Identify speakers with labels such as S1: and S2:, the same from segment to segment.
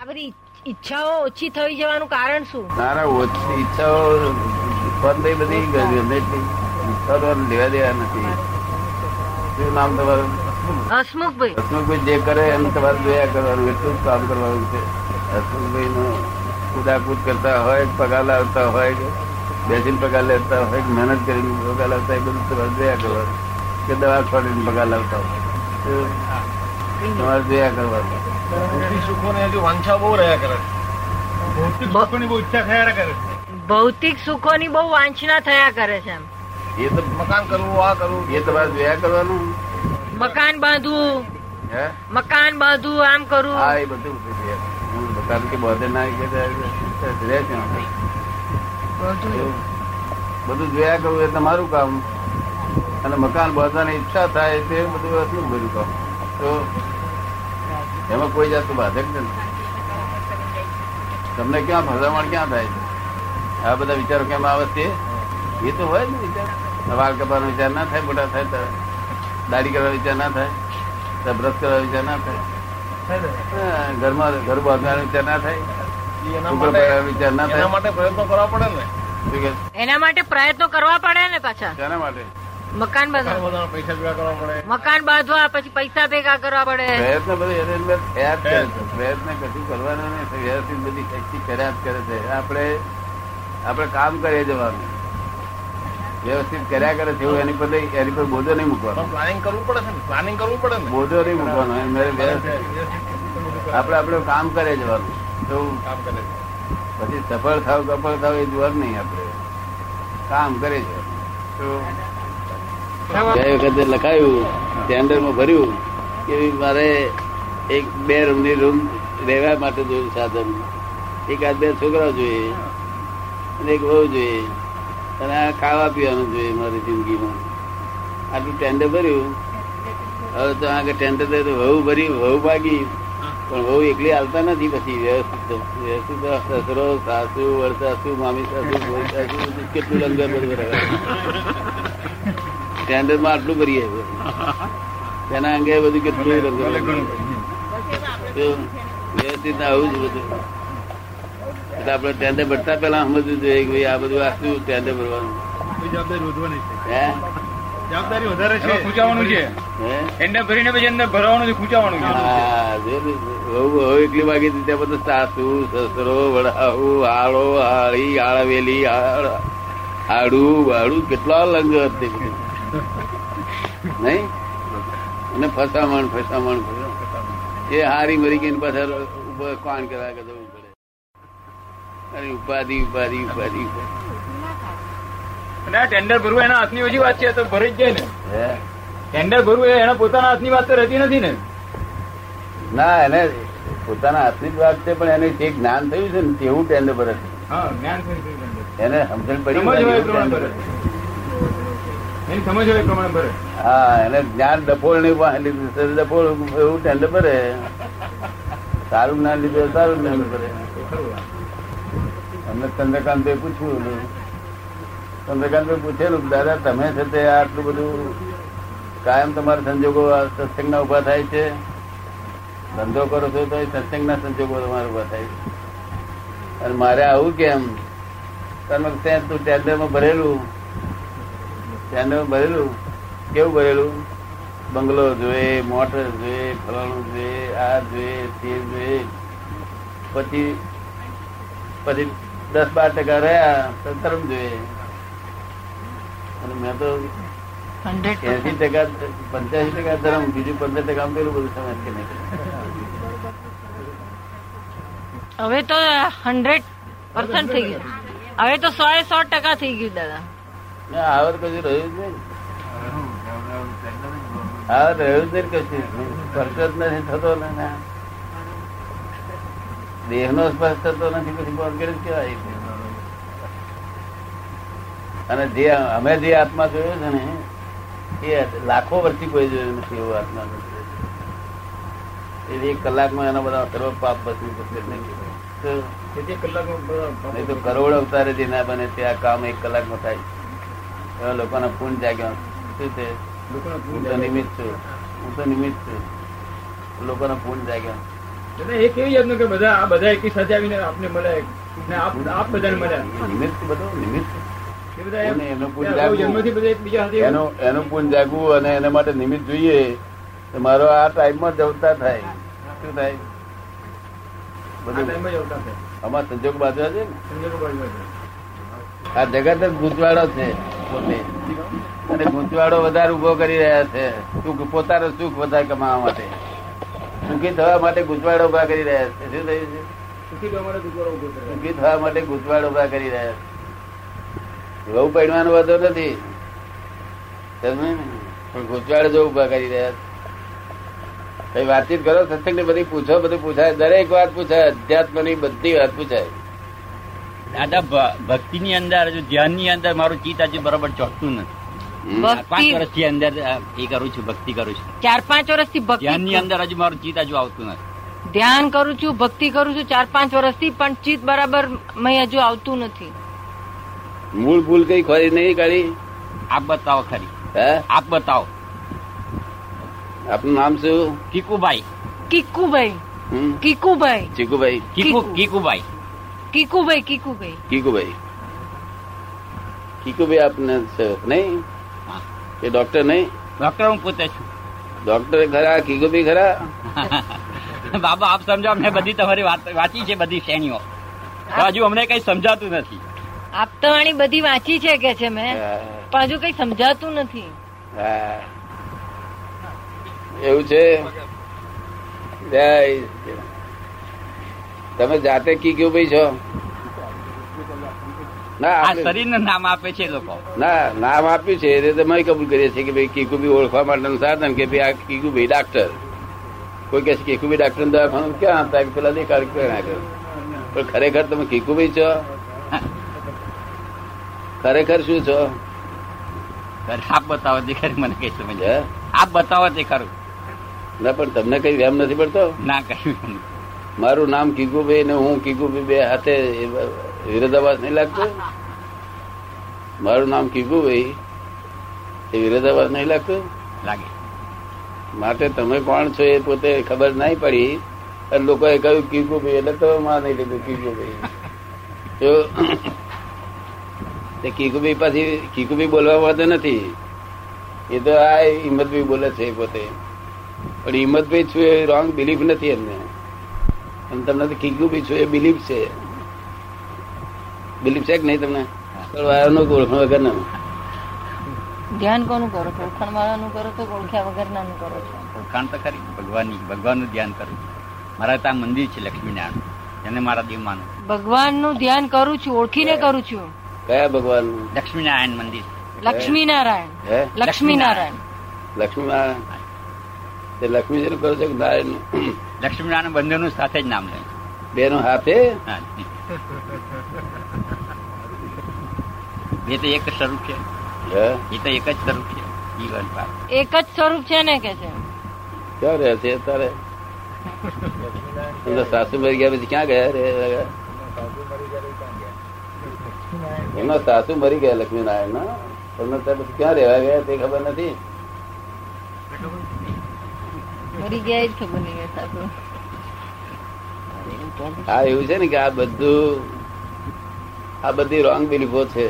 S1: આ બધી ઈચ્છાઓ ઓછી થઈ જવાનું કારણ શું
S2: નાના ઓછી ઈચ્છાઓ બંધ થઈ બધી ગમે એટલી ઈચ્છાઓ તમારે લેવા દેવા નથી શું નામ તમારું
S1: હસમુખભાઈ
S2: હસમુખભાઈ જે કરે એમ તમારે જોયા કરવાનું એટલું જ કામ કરવાનું છે હસમુખભાઈ નું કુદાકુદ કરતા હોય પગાર લાવતા હોય કે બેસીને પગાર લેતા હોય કે મહેનત કરીને પગાર લાવતા હોય એ બધું તમારે જોયા કરવાનું કે દવા ખોરીને પગાર લાવતા હોય તો તમારે જોયા કરવાનું
S3: ભૌતિક સુખોને હજુ વાંછા બહુ રહ્યા કરે ભૌતિક સુખોની બહુ ઈચ્છા થયા કરે
S1: ભૌતિક સુખોની બહુ વાંચના થયા કરે છે એમ.
S2: એ તો
S3: મકાન કરવું આ કરવું
S2: એ તમારે જોયા કરવાનું
S1: મકાન બાંધવું
S2: હે
S1: મકાન બાંધવું આમ
S2: હા
S1: કરવું
S2: એ બધું છે. હું કારણ કે બધે ના કે રહે છે આપણે.
S1: બધું
S2: એવું. બધું જોયા કરવું એ તમારું કામ અને મકાન બાંધવાની ઈચ્છા થાય તે બધું એટલું બધું કામ તો એમાં કોઈ જાતનું બાધક નથી તમને ક્યાં ફસામણ ક્યાં થાય છે આ બધા વિચારો કેમ આવે છે એ તો હોય ને વિચાર વાળ કપાનો વિચાર ના થાય મોટા થાય ત્યારે. દાઢી કરવાનો વિચાર ના થાય ત્યારે બ્રશ કરવાનો વિચાર ના થાય હા, ઘરમાં ઘર બાંધવાનો વિચાર ના થાય
S3: એના
S2: ઉપર
S3: માટે
S2: પડવાનો વિચાર ના થાય.
S3: એના માટે પ્રયત્નો કરવા પડે ને
S2: શું કે?
S1: એના માટે પ્રયત્નો કરવા પડે ને પાછા
S2: શાના માટે
S1: મકાન
S3: ઘણા
S1: બાંધવા
S3: બધાના પૈસા ભેગા કરવા પડે
S1: મકાન બાંધવા પછી પૈસા ભેગા કરવા પડે
S2: પ્રયત્ન બધો એને અંદર થયા જ કરે છે પ્રયત્ન કશું કરવાનો નહીં વ્યવસ્થિત બધી શક્તિ કર્યા જ કરે છે આપણે આપણે કામ કરીએ જવાનું વ્યવસ્થિત કર્યા કરે છે એવું એની પર નહીં- એની પર બોધો નહીં મૂકવાનો
S3: પણ પ્લાનિંગ કરવું પડે છે ને પ્લાનિંગ કરવું પડે ને
S2: બોધો નહીં મૂકવાનો એમ મેરે વ્યવસ્થિત આપણે આપણું કામ કરે જવાનું તો
S3: કામ કરે છે.
S2: પછી સફળ થાવ સફળ થાવ એ જોવાનું નહીં આપણે કામ કરે જવાનું તો ગયા વખતે લખાયું ટેન્ડરમાં ભર્યું કે મારે એક બે રૂમની રૂમ રહેવા માટે જોયું સાધન એક આધ બે છોકરા જોઈએ અને એક વહુ જોઈએ અને આ ખાવા પીવાનું જોઈએ મારી જિંદગીમાં આટલું ટેન્ડર ભર્યું હવે તો આગળ ટેન્ડર તો વહુ ભરી વહુ ભાગી પણ વહુ એકલી હાલતા નથી પછી વ્યવસ્થિત તો. વ્યવસ્થિત તો સસરો સાસુ વડસાસુ મામી સાસુ ભોઈ સાસુ બધું કેટલું લંગર બધું રહ્યા સ્ટેન્ડર્ડ માં આટલું કરીએ તેના અંગે બધું કેટલું
S3: ભલે
S2: રંગ
S3: ઘણું બધું.
S2: વ્યવસ્થિત આવું જ બધું એટલે આપણે ટેન્ડર ભરતા પહેલા સમજવું જોઈએ કે ભાઈ આ બધું આ શું ટેન્ડર ભરવાનું
S3: કોઈ જવાબદારી વધવાની છે
S2: હે
S3: જવાબદારી વધારે છે
S4: એમાં ખૂંચાવાનું છે
S2: હે
S4: એન્ડર ભરીને પછી અંદર ભરવાનું છે ખૂંચાવાનું છે
S2: હા, જોયું? વહુ વહુ એકલી વાગી હતી ત્યાં બધું સાસુ સસરો વડાહુ હાળો હાળી હાળવેલી હાળ હાડું વાડું કેટલા લંગ હતી બધું. નહીં અને ફસામણ ફસામણ ફસામણ. એ હારી મરી ગઈ પાછળ ઉભા કોણ કરવા કે જવું પડે અરે ઉપાધિ ઉપાધિ ઉપાધિ ઉપાધિ.
S4: અને આ ટેન્ડર ભરવું એના હાથની ઓછી વાત છે તો ભરી જ જાય ને
S2: હે
S4: ટેન્ડર ભરવું એ એના પોતાના હાથની વાત તો રહેતી નથી ને
S2: ના એને પોતાના હાથની જ વાત છે પણ એને જે જ્ઞાન થયું છે ને તેવું ટેન્ડર પર હતું.
S4: હા જ્ઞાન થઈ ગયું ટેન્ડર.
S2: એને સમજણ પડી
S4: સમજ હોય એ
S2: ટેન્ડર
S4: પ્રમાણે ભરે
S2: હતું.
S4: એની સમજ હોય એ પ્રમાણે ભરે
S2: હા એને જ્ઞાન ડફોળ નહીં વાહ લીધું છે. ડફોળ એવું ટેન્ડર ભરે સારું જ્ઞાન લીધું હોય સારું જ્ઞાન ભરે અમને ચંદ્રકાંત પૂછ્યું હતું. ચંદ્રકાંતભાઈ પૂછેલું કે દાદા તમે છે તે આટલું બધું કાયમ તમારા સંજોગો આ સત્સંગના ઉભા થાય છે ધંધો કરો છો તો સત્સંગના સંજોગો તમારા ઉભા થાય છે અને મારે આવું કેમ તમે ત્યાં તું ટેન્ડરમાં ભરેલું ટેન્ડરમાં ભરેલું કેવું ભરેલું બંગલો જોઈએ મોટર જોઈએ ફલાણું જોઈએ આ જોઈએ તે જોઈએ પછી પછી દસ બાર ટકા રહ્યા તો ધર્મ જોઈએ અને મેં તો એસી ટકા પંચ્યાસી ટકા ધર્મ બીજું પંદર ટકા આમ પેલું બધું સમજ કે નહીં
S1: હવે તો હંડ્રેડ પર્સન્ટ થઈ ગયું હવે તો સો એ સો ટકા થઈ ગયું દાદા
S2: ના, આવડ કશું રહ્યું જ નહીં આવડ રહ્યું જ નહીં કશું સ્પર્શ જ નથી થતો ને ના. દેહનો સ્પર્શ થતો નથી પછી કોન્ફિડન્સ કેવાય અને જે અમે જે આત્મા જોયો છે ને એ લાખો વર્ષથી કોઈ જોયું નથી એવો આત્મા એ એક કલાકમાં એના બધા સર્વ પાપ બસી શકે નહીં તો
S3: એક કલાકમાં બધા-
S2: નહીં તો કરોડ અવતારે જે ના બને તે આ કામ એક કલાકમાં થાય એવા લોકોના પૂર્ણ જાગ્યા શું છે
S3: લોકોના
S2: હું તો નિમિત્ત છું હું તો નિમિત્ત છું લોકોના પૂર્ણ જાગ્યા
S4: એટલે એ કેવી જાતનું કે બધા આ બધા એકી સાથે આવીને આપને મળ્યા ને આપ આપ બધાને મળ્યા
S2: નિમિત્ત બધો નિમિત્ત
S4: એ બધા
S2: કોને એનો પૂજ
S4: અગાઉ
S2: લાગ્યું?
S4: જન્મથી બધા એકબીજા સાથે
S2: એનો એનું પૂન જાગવું અને એના માટે નિમિત્ત જોઈએ તો મારો આ ટાઈમમાં જવતા થાય શું થાય
S4: આ
S2: બધું
S4: ટાઈમમાં જ આવતા હતા.
S2: આમાં સંજોગ બાજવા છે ને
S4: સંજોગો બાજુ હતા.
S2: આ જગત જ ગૂંચવાડો છે પોતે અને ગૂંચવાડો વધારે ઉભો કરી રહ્યા છે સુખ પોતાનું સુખ વધારે કમાવા માટે સુખી થવા માટે ગૂંચવાડો ઉભા કરી રહ્યા છે શું થયું છે
S4: સુખી તો અમારો દુકાળો ઉભો થયો.
S2: સુખી થવા માટે ગૂંચવાડ ઉભા કરી રહ્યા છે વહુ પડવાનો વાંધો નથી સમજ્યો ને? પણ ગૂંચવાડ જો ઉભા કરી રહ્યા છે કઈ વાતચીત કરો સત્સંગ બધી પૂછો બધું પૂછાય દરેક વાત પૂછાય અધ્યાત્મની બધી વાત પૂછાય
S5: દાદા ભક્તિ ની અંદર ધ્યાન ની અંદર મારું ચિત્ત આજે બરોબર ચોટતું નથી
S2: હમ.
S1: બસ.
S5: આ પાંચ વર્ષથી અંદર આ એ કરું છું ભક્તિ કરું છું
S1: ચાર પાંચ વર્ષથી ભક્તિ
S5: ધ્યાન ની અંદર હજુ મારું ચિત્ત હજુ આવતું નથી
S1: ધ્યાન કરું છું ભક્તિ કરું છું ચાર પાંચ વર્ષથી પણ ચિત્ત બરાબર મેં હજુ આવતું નથી
S2: મૂળ ભૂલ કઈ ખોરી નહીં કાઢી
S5: આપ બતાવો ખરી
S2: હે
S5: આપ બતાવો
S2: આપનું નામ શું
S5: કીકુભાઈ
S1: કીકુભાઈ
S2: હમ?
S1: કીકુભાઈ
S2: ચીકુભાઈ
S5: કીકુ
S1: કીકુ.
S5: કીકુભાઈ
S1: કીકુભાઈ કીકુભાઈ
S2: કીકુભાઈ કીકુભાઈ આપને છે, નહીં
S5: હા.
S2: એ ડોક્ટર નહીં
S5: ડોક્ટર હું પોતે છું
S2: ડોક્ટર ખરા કીકુભાઈ ખરા
S5: બાબા આપ સમજાવો મેં બધી તમારી વાત વાંચી છે બધી શ્રેણીઓ પણ હજુ અમને કઈ સમજાતું નથી
S1: આપ તો આની બધી વાંચી છે કે છે મેં
S2: હા.
S1: પણ હજુ કઈ સમજાતું નથી
S2: હા. એવું છે જય શ્રી રામ. તમે જાતે કી ગયું ભાઈ છો ના
S5: આ
S2: આપણે-
S5: શરીર નામ આપે છે એ લોકો
S2: ના નામ આપ્યું છે એ તમે કબૂલ કરીએ છીએ કે ભાઈ કીકુબી ઓળખવા માટેનું સાધન કે ભાઈ આ કીકુબી ડાક્ટર કોઈ કહે છે કીકુબી ડાક્ટર દવાખાનું ક્યાં હતા કે પેલા દેખાડ કર્યા કરે પણ ખરેખર તમે કીકુબી છો ખરેખર શું છો
S5: આપ બતાવો તે ખરી મને કઈ સમજ
S2: હે?
S5: આપ બતાવો તે ખરું
S2: ના પણ તમને કઈ વેમ નથી પડતો
S5: ના કહ્યું
S2: મારું નામ કીકુભાઈ ને હું કીકુભાઈ બે હાથે વિરોધાભાસ નહીં લાગતો મારું નામ કીકુભાઈ એ વિરોધાભાસ નહીં લાગતો
S5: લાગે
S2: માટે તમે કોણ છો એ પોતે ખબર નહીં પડી અને લોકોએ કહ્યું કીકુભાઈ એટલે તમે માં નહીં લીધું કીકુભાઈ તો તે કીકુભાઈ પાછી કીકુભાઈ બોલવા વાંધો નથી એ તો આ હિંમતભાઈ બોલે છે એ પોતે પણ હિંમતભાઈ છું એ રોંગ બિલીફ નથી એમને અને તમને તો કીકુભાઈ છું એ બિલીફ છે બિલીફ છે કે નહીં તમને પણ વારાનો ગોળખણ વગરનો
S1: ધ્યાન કોનું કરો છો ઓળખાણ વાળાનું કરો છો કે ઓળખ્યા વગરનાનું કરો છો
S5: ઓળખાણ તો ખરી ભગવાનની ભગવાનનું ધ્યાન કરું મારા ત્યાં મંદિર છે લક્ષ્મીનારાયણ એને મારા દેવ માનું
S1: ભગવાનનું ધ્યાન કરું છું ઓળખીને કરું છું
S2: કયા ભગવાન
S5: લક્ષ્મીનારાયણ મંદિર
S1: લક્ષ્મીનારાયણ
S2: હે
S1: લક્ષ્મીનારાયણ
S2: લક્ષ્મીનારાયણ તે લક્ષ્મી જેનું કરો છો કે નારાયણ
S5: લક્ષ્મીનારાયણ બંનેનું સાથે જ નામ લે
S2: બે નો હાથે
S5: હા. બે તો એક જ સ્વરૂપ છે
S2: હે?
S5: એ તો એક જ સ્વરૂપ છે જીવન પાર
S1: એક જ સ્વરૂપ છે ને કે છે
S2: ક્યાં રહે છે તારે એમના સાસુ મરી ગયા પછી ક્યાં ગયા રે એમના સાસુ મરી ગયા લક્ષ્મીનારાયણ ના એમના ત્યાં પછી ક્યાં રહેવા ગયા તે ખબર નથી
S1: મરી ગયા એ જ ખબર નહીં હોય સાસુ.
S2: હા એવું છે ને કે આ બધું આ બધી રોંગ બિલીફો છે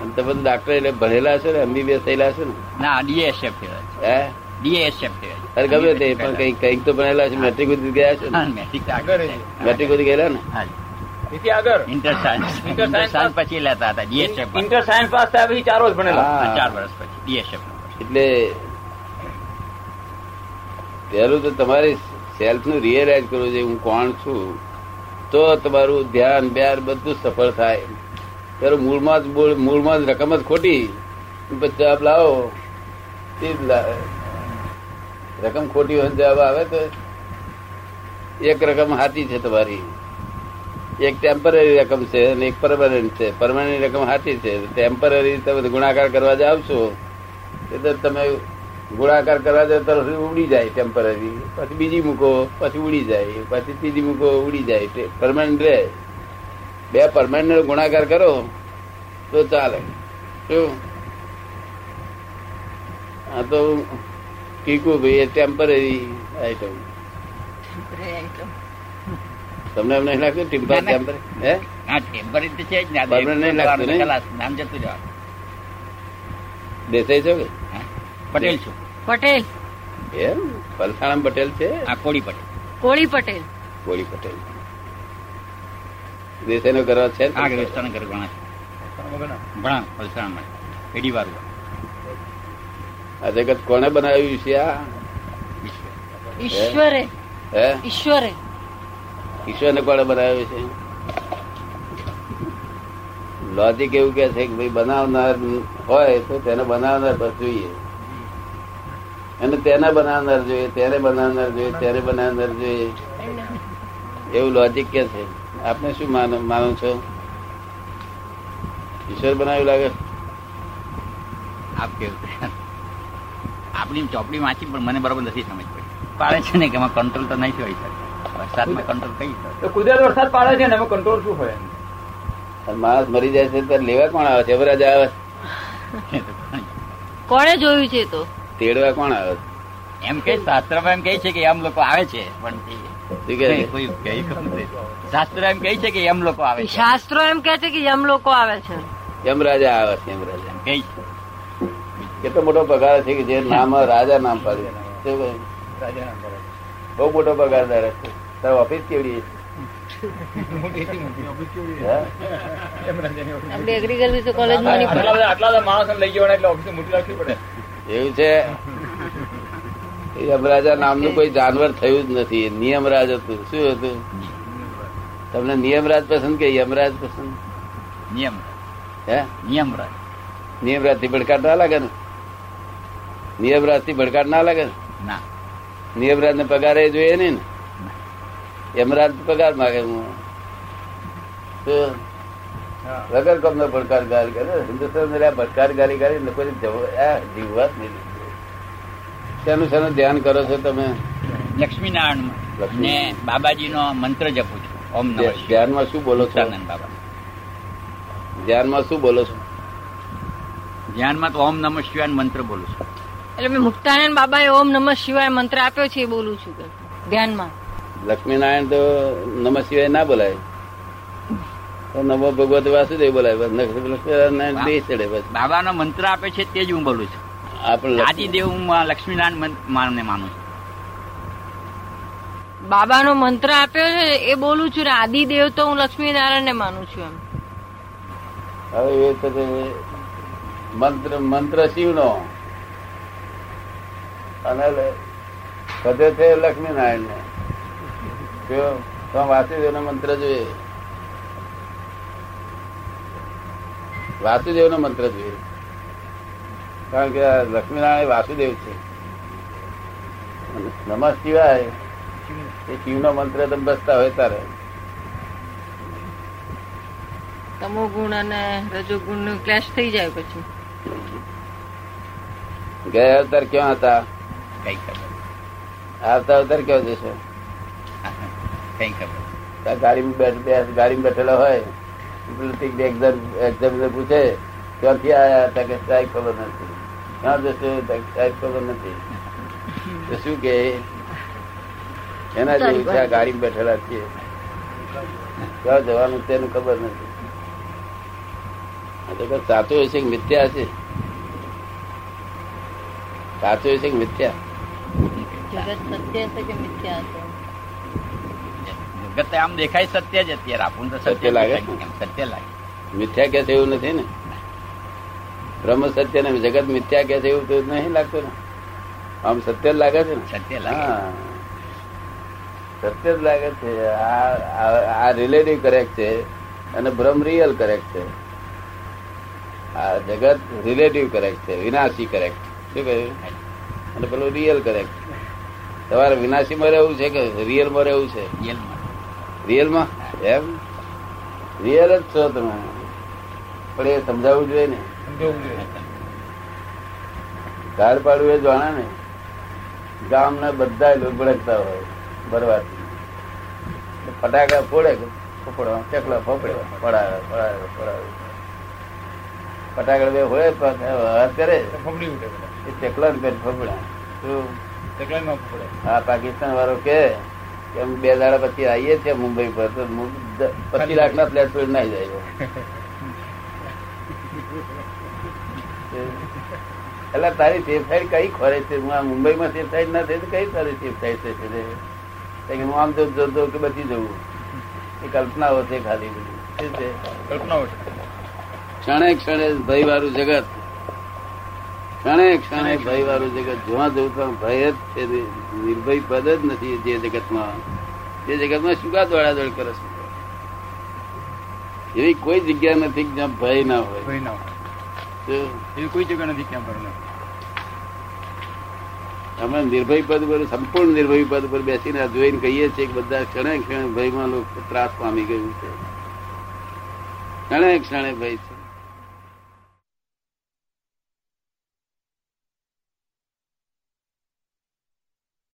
S2: અને તમે તો ડાક્ટર એટલે ભણેલા છો ને એમબીબીએસ થયેલા છો ને
S5: ના ડીએસએફ કહેવાય
S2: હે
S5: ડીએસએફ કહેવાય
S2: અરે ગમે તે પણ કઈ કઈક તો ભણેલા છે મેટ્રિક સુધી ગયા છો ને
S5: હા, મેટ્રિક તો આગળ છે.
S2: મેટ્રિક સુધી ગયેલા ને
S5: હા.
S4: એથી આગળ
S5: inter science
S4: inter
S5: inter science
S4: science
S5: પછી લેતા હતા ડીએસએફ
S4: ઇન્ટર સાયન્સ પાસ થયા પછી ચારો જ ભણેલા
S2: હા.
S5: ચાર વર્ષ પછી ડીએસએફ
S2: એટલે પહેલું તો તમારે સેલ્ફ નું રિયલાઇઝ કરવું જોઈએ હું કોણ છું તો તમારું ધ્યાન બ્યાન બધું સફળ થાય ત્યારે મૂળમાં જ બોલ- મૂળમાં જ રકમ જ ખોટી પછી જવાબ લાવો તે જ લાવે રકમ ખોટી હોય ને જવાબ આવે તો એક રકમ હાથી છે તમારી એક ટેમ્પરરી રકમ છે અને એક પરમાનન્ટ છે પરમાનન્ટ રકમ હાથી છે ટેમ્પરરી તમે ગુણાકાર કરવા જાવ છો એટલે તમે ગુણાકાર કરવા જાય તો ઉડી જાય ટેમ્પરરી પછી બીજી મૂકો પછી ઉડી જાય પછી ત્રીજી મૂકો ઉડી જાય પરમાનન્ટ રહે બે પરમાનન્ટ ગુણાકાર કરો તો ચાલે શું આ તો કીકુ ભાઈ ટેમ્પરરી આઈટમ તમને એમ નહીં લાગતું ટિમ્પર
S5: ના, ના.
S2: ટેમ્પર હે
S5: હા ટેમ્પરરી તો છે જ ને આ
S2: Permanent નહીં લાગતું, નહીં?
S5: ખલાસ, નામ જતું જવા
S2: દેસાઈ છો કે
S5: પટેલ છું
S1: પટેલ
S2: એમ પલસાણામ પટેલ છે
S5: આ કોળી પટેલ
S1: કોળી પટેલ
S2: કોળી પટેલ દેસાઈ નો કરવા છે ને?
S5: આ વ્યવસ્થાના ઘર ઘણા છે ઘણા પલસાણમાં પેઢી વાળું
S2: આ જગત કોને બનાવ્યું છે આ
S5: વિશ્વ
S1: ઈશ્વરે
S2: હે
S1: ઈશ્વરે
S2: ઈશ્વરને કોણે બનાવ્યું છે લોજિક એવું કે છે કે ભાઈ બનાવનાર હોય તો તેને બનાવનાર બસ જોઈએ અને તેને બનાવનાર જોઈએ તેને બનાવનાર જોઈએ તેને બનાવનાર જોઈએ એવું લોજિક કે છે આપને શું માનો માનો છો ઈશ્વર બનાવ્યું લાગે
S5: આપ કેવું આપણી ચોપડી વાંચી પણ મને બરોબર નથી સમજ પડી પાડે છે ને કે એમાં કંટ્રોલ તો નહીં હોય શકે વરસાદમાં કંટ્રોલ કઈ રીતે?
S4: તો કુદરત વરસાદ પાડે છે ને એમાં કંટ્રોલ શું હોય
S2: અને માણસ મરી જાય છે ત્યારે લેવા કોણ આવે છે અવરાજ આવે છે?
S5: એ તો કોણ જાણે.
S1: કોણે જોયું છે એ તો
S2: તેડવા કોણ આવે છે?
S5: એમ કે શાસ્ત્રમાં એમ કહે છે કે એમ લોકો આવે છે પણ
S2: શું
S5: તે
S2: કહે છે?
S5: કોઈ કહે ખબર નથી. શાસ્ત્ર એમ કહે છે કે એમ લોકો આવે છે
S1: શાસ્ત્રો એમ કે છે કે યમ લોકો આવે છે
S2: એમ રાજા આવે છે એમ રાજા
S5: એમ કહે છે.
S2: કેટલો મોટો પગાર છે કે જે નામ રાજા નામ પાડે શું કહ્યું? બહુ મોટો પગાર ધારે છે તારો ઓફિસ કેવડી છે? હા?
S1: આપણે એગ્રીકલ્ચર કોલેજમાં નહીં
S4: આટલા બધા આટલા બધા માણસ લઈ જવાના એટલે ઓફિસે મોટી રાખવી પડે
S2: એવું છે એ યમરાજા નામનું કોઈ જાનવર થયું જ નથી નિયમરાજ હતું શું હતું તમને નિયમરાજ પસંદ કે યમરાજ પસંદ
S5: નિયમ
S2: હે
S5: નિયમ રહે
S2: નિયમરાજ થી ભડકાટ ના લાગે ને નિયમરાજ થી ભડકાટ ના લાગે ને
S5: ના
S2: નિયમરાજ ને પગાર એ જોઈએ નઈ ને યમરાજ પગાર માગે હું તો વગર કમનો પડકાર ગારી કરે હિન્દુસ્તાન આ પડકાર ગારી ગારી લોકોને જવ- આ જીવવા જ નહીં દે. શેનું શેનું ધ્યાન કરો છો તમે
S5: લક્ષ્મીનારાયણ ને
S2: લક્ષ્મી.
S5: બાબાજીનો મંત્ર જપું છું ઓમ નમઃ શિવાય.
S2: ધ્યાનમાં શું બોલો છો
S5: મુક્તાનંદ બાબા
S2: ધ્યાનમાં શું બોલો છો
S5: ધ્યાનમાં તો ઓમ નમઃ શિવાય મંત્ર બોલું છું
S1: એટલે મેં મુક્તાનંદ બાબાએ ઓમ નમઃ શિવાય મંત્ર આપ્યો છે એ બોલું છું કે ધ્યાનમાં
S2: લક્ષ્મીનારાયણ તો નમઃ શિવાય ના બોલાય તો નમો ભગવત વાસુદેવ બોલાય બસ લક્ષ્મીનારાયણ બે ચડે બસ
S5: બાબાનો મંત્ર આપે છે તે જ હું બોલું છું
S2: આપણે
S5: આદિદેવ હું મા- લક્ષ્મીનારાયણ મન- માને માનું છું
S1: બાબાનો મંત્ર આપ્યો છે એ બોલું છું ને આદિદેવ તો હું લક્ષ્મીનારાયણને માનું છું એમ
S2: હવે એ તો તે મંત્ર મંત્ર શિવનો અને લ- બધે છે લક્ષ્મીનારાયણ ને તો વાસુદેવ નો મંત્ર જોઈએ વાસુદેવ નો મંત્ર જોઈએ કારણ કે આ લક્ષ્મીનારાયણ એ વાસુદેવ છે અને નમઃ શિવાય એ શિવનો મંત્ર તમે બસતા હોય તારે
S1: તમો ગુણ અને રજો ગુણ ક્લેશ થઈ જાય પછી
S2: ગયા અવતાર ક્યાં હતા
S5: કઈ ખબર
S2: આવતા અવતાર ક્યાં જશે
S5: કઈ ખબર
S2: આ ગાડીમાં બેઠ- બેઠ- ગાડીમાં બેઠેલા હોય પેલું એક્ઝામ એક્ઝામ પૂછે ક્યાંથી આયા હતા કે સાહેબ ખબર નથી ક્યાં જશે તો કે સાહેબ ખબર નથી તો શું કે એના જેવું છે આ ગાડીમાં બેઠેલા છીએ ક્યાં જવાનું છે એનું ખબર નથી આ તો કઈ સાચું હશે કે મિથ્યા હશે સાચું હશે કે મિથ્યા
S1: જગત સત્ય છે કે મિથ્યા છે
S5: જગત આમ દેખાય સત્ય જ અત્યારે આપણને તો
S2: સત્ય
S5: સત્ય
S2: લાગે?
S5: લાગે કેમ? સત્ય લાગે
S2: મિથ્યા કે છે એવું નથી ને બ્રહ્મ સત્ય ને જગત મિથ્યા કે છે એવું તો નહીં લાગતું ને આમ સત્ય જ લાગે છે ને
S5: સત્ય લાગે
S2: હા સત્ય જ લાગે છે આ આ- આ રિલેટિવ કરેક્ટ છે અને બ્રહ્મ રિયલ કરેક્ટ છે આ જગત રિલેટિવ કરેક્ટ છે વિનાશી કરેક્ટ શું કહ્યું અને પેલું રિયલ કરેક્ટ તમારે વિનાશીમાં રહેવું છે કે રિયલમાં રહેવું છે
S5: જેલમાં.
S2: રિયલમાં એમ રિયલ જ છો તમે પણ એ સમજાવવું જોઈએ ને
S4: સમજાવવું જોઈએ
S2: ધાર પાડવું એ જાણે ને ગામના બધા લોકો ભડકતા હોય ભરવાથી તો ફટાકા ફોડે કે ફોફડવા ચકલા ફોફડે પડાવે પડાવે પડાવે ફટાકડા બે હોય પણ વાત કરે
S4: તો ફફડી ઉઠે બધા
S2: એ ચકલા ને પેટ ફફડે શું
S4: ચકલાઈ માં પડે
S2: આ પાકિસ્તાન વાળો કે કે અમે બે દાડા પછી આવીએ છીએ મુંબઈ પર તો મુ- દ- પચીસ લાખ ના ફ્લેટ પર ના જાય એટલે તારી સેફ સાઈડ કઈ ખોરે છે હું આ મુંબઈમાં સેફ સાઈડ ના થઈ તો કઈ તારી સેફ સાઈડ થશે તે? તે કે હું આમ જો જોતો કે બચી જવું એ કલ્પનાઓ છે ખાલી બધી શું છે
S4: કલ્પનાઓ છે
S2: ક્ષણે ક્ષણે ભય વાળું જગત ક્ષણે ક્ષણે ભય વાળું જગત જોવા જવું તો ભય જ છે ને. નિર્ભય પદ જ નથી જે જગતમાં તે જગતમાં શું કા દોડાદોડ કરે છે એવી કોઈ જગ્યા નથી કે જ્યાં ભય ના હોય
S4: કોઈ ના હોય.
S2: તો
S4: એવી કોઈ જગ્યા નથી ક્યાં પર
S2: અમે નિર્ભય પદ પર સંપૂર્ણ નિર્ભય પદ પર બેસીને આ જોઈને કહીએ છીએ કે બધા ક્ષણે ક્ષણે ભયમાં લોકો ત્રાસ પામી ગયું છે ક્ષણે ક્ષણે ભય છે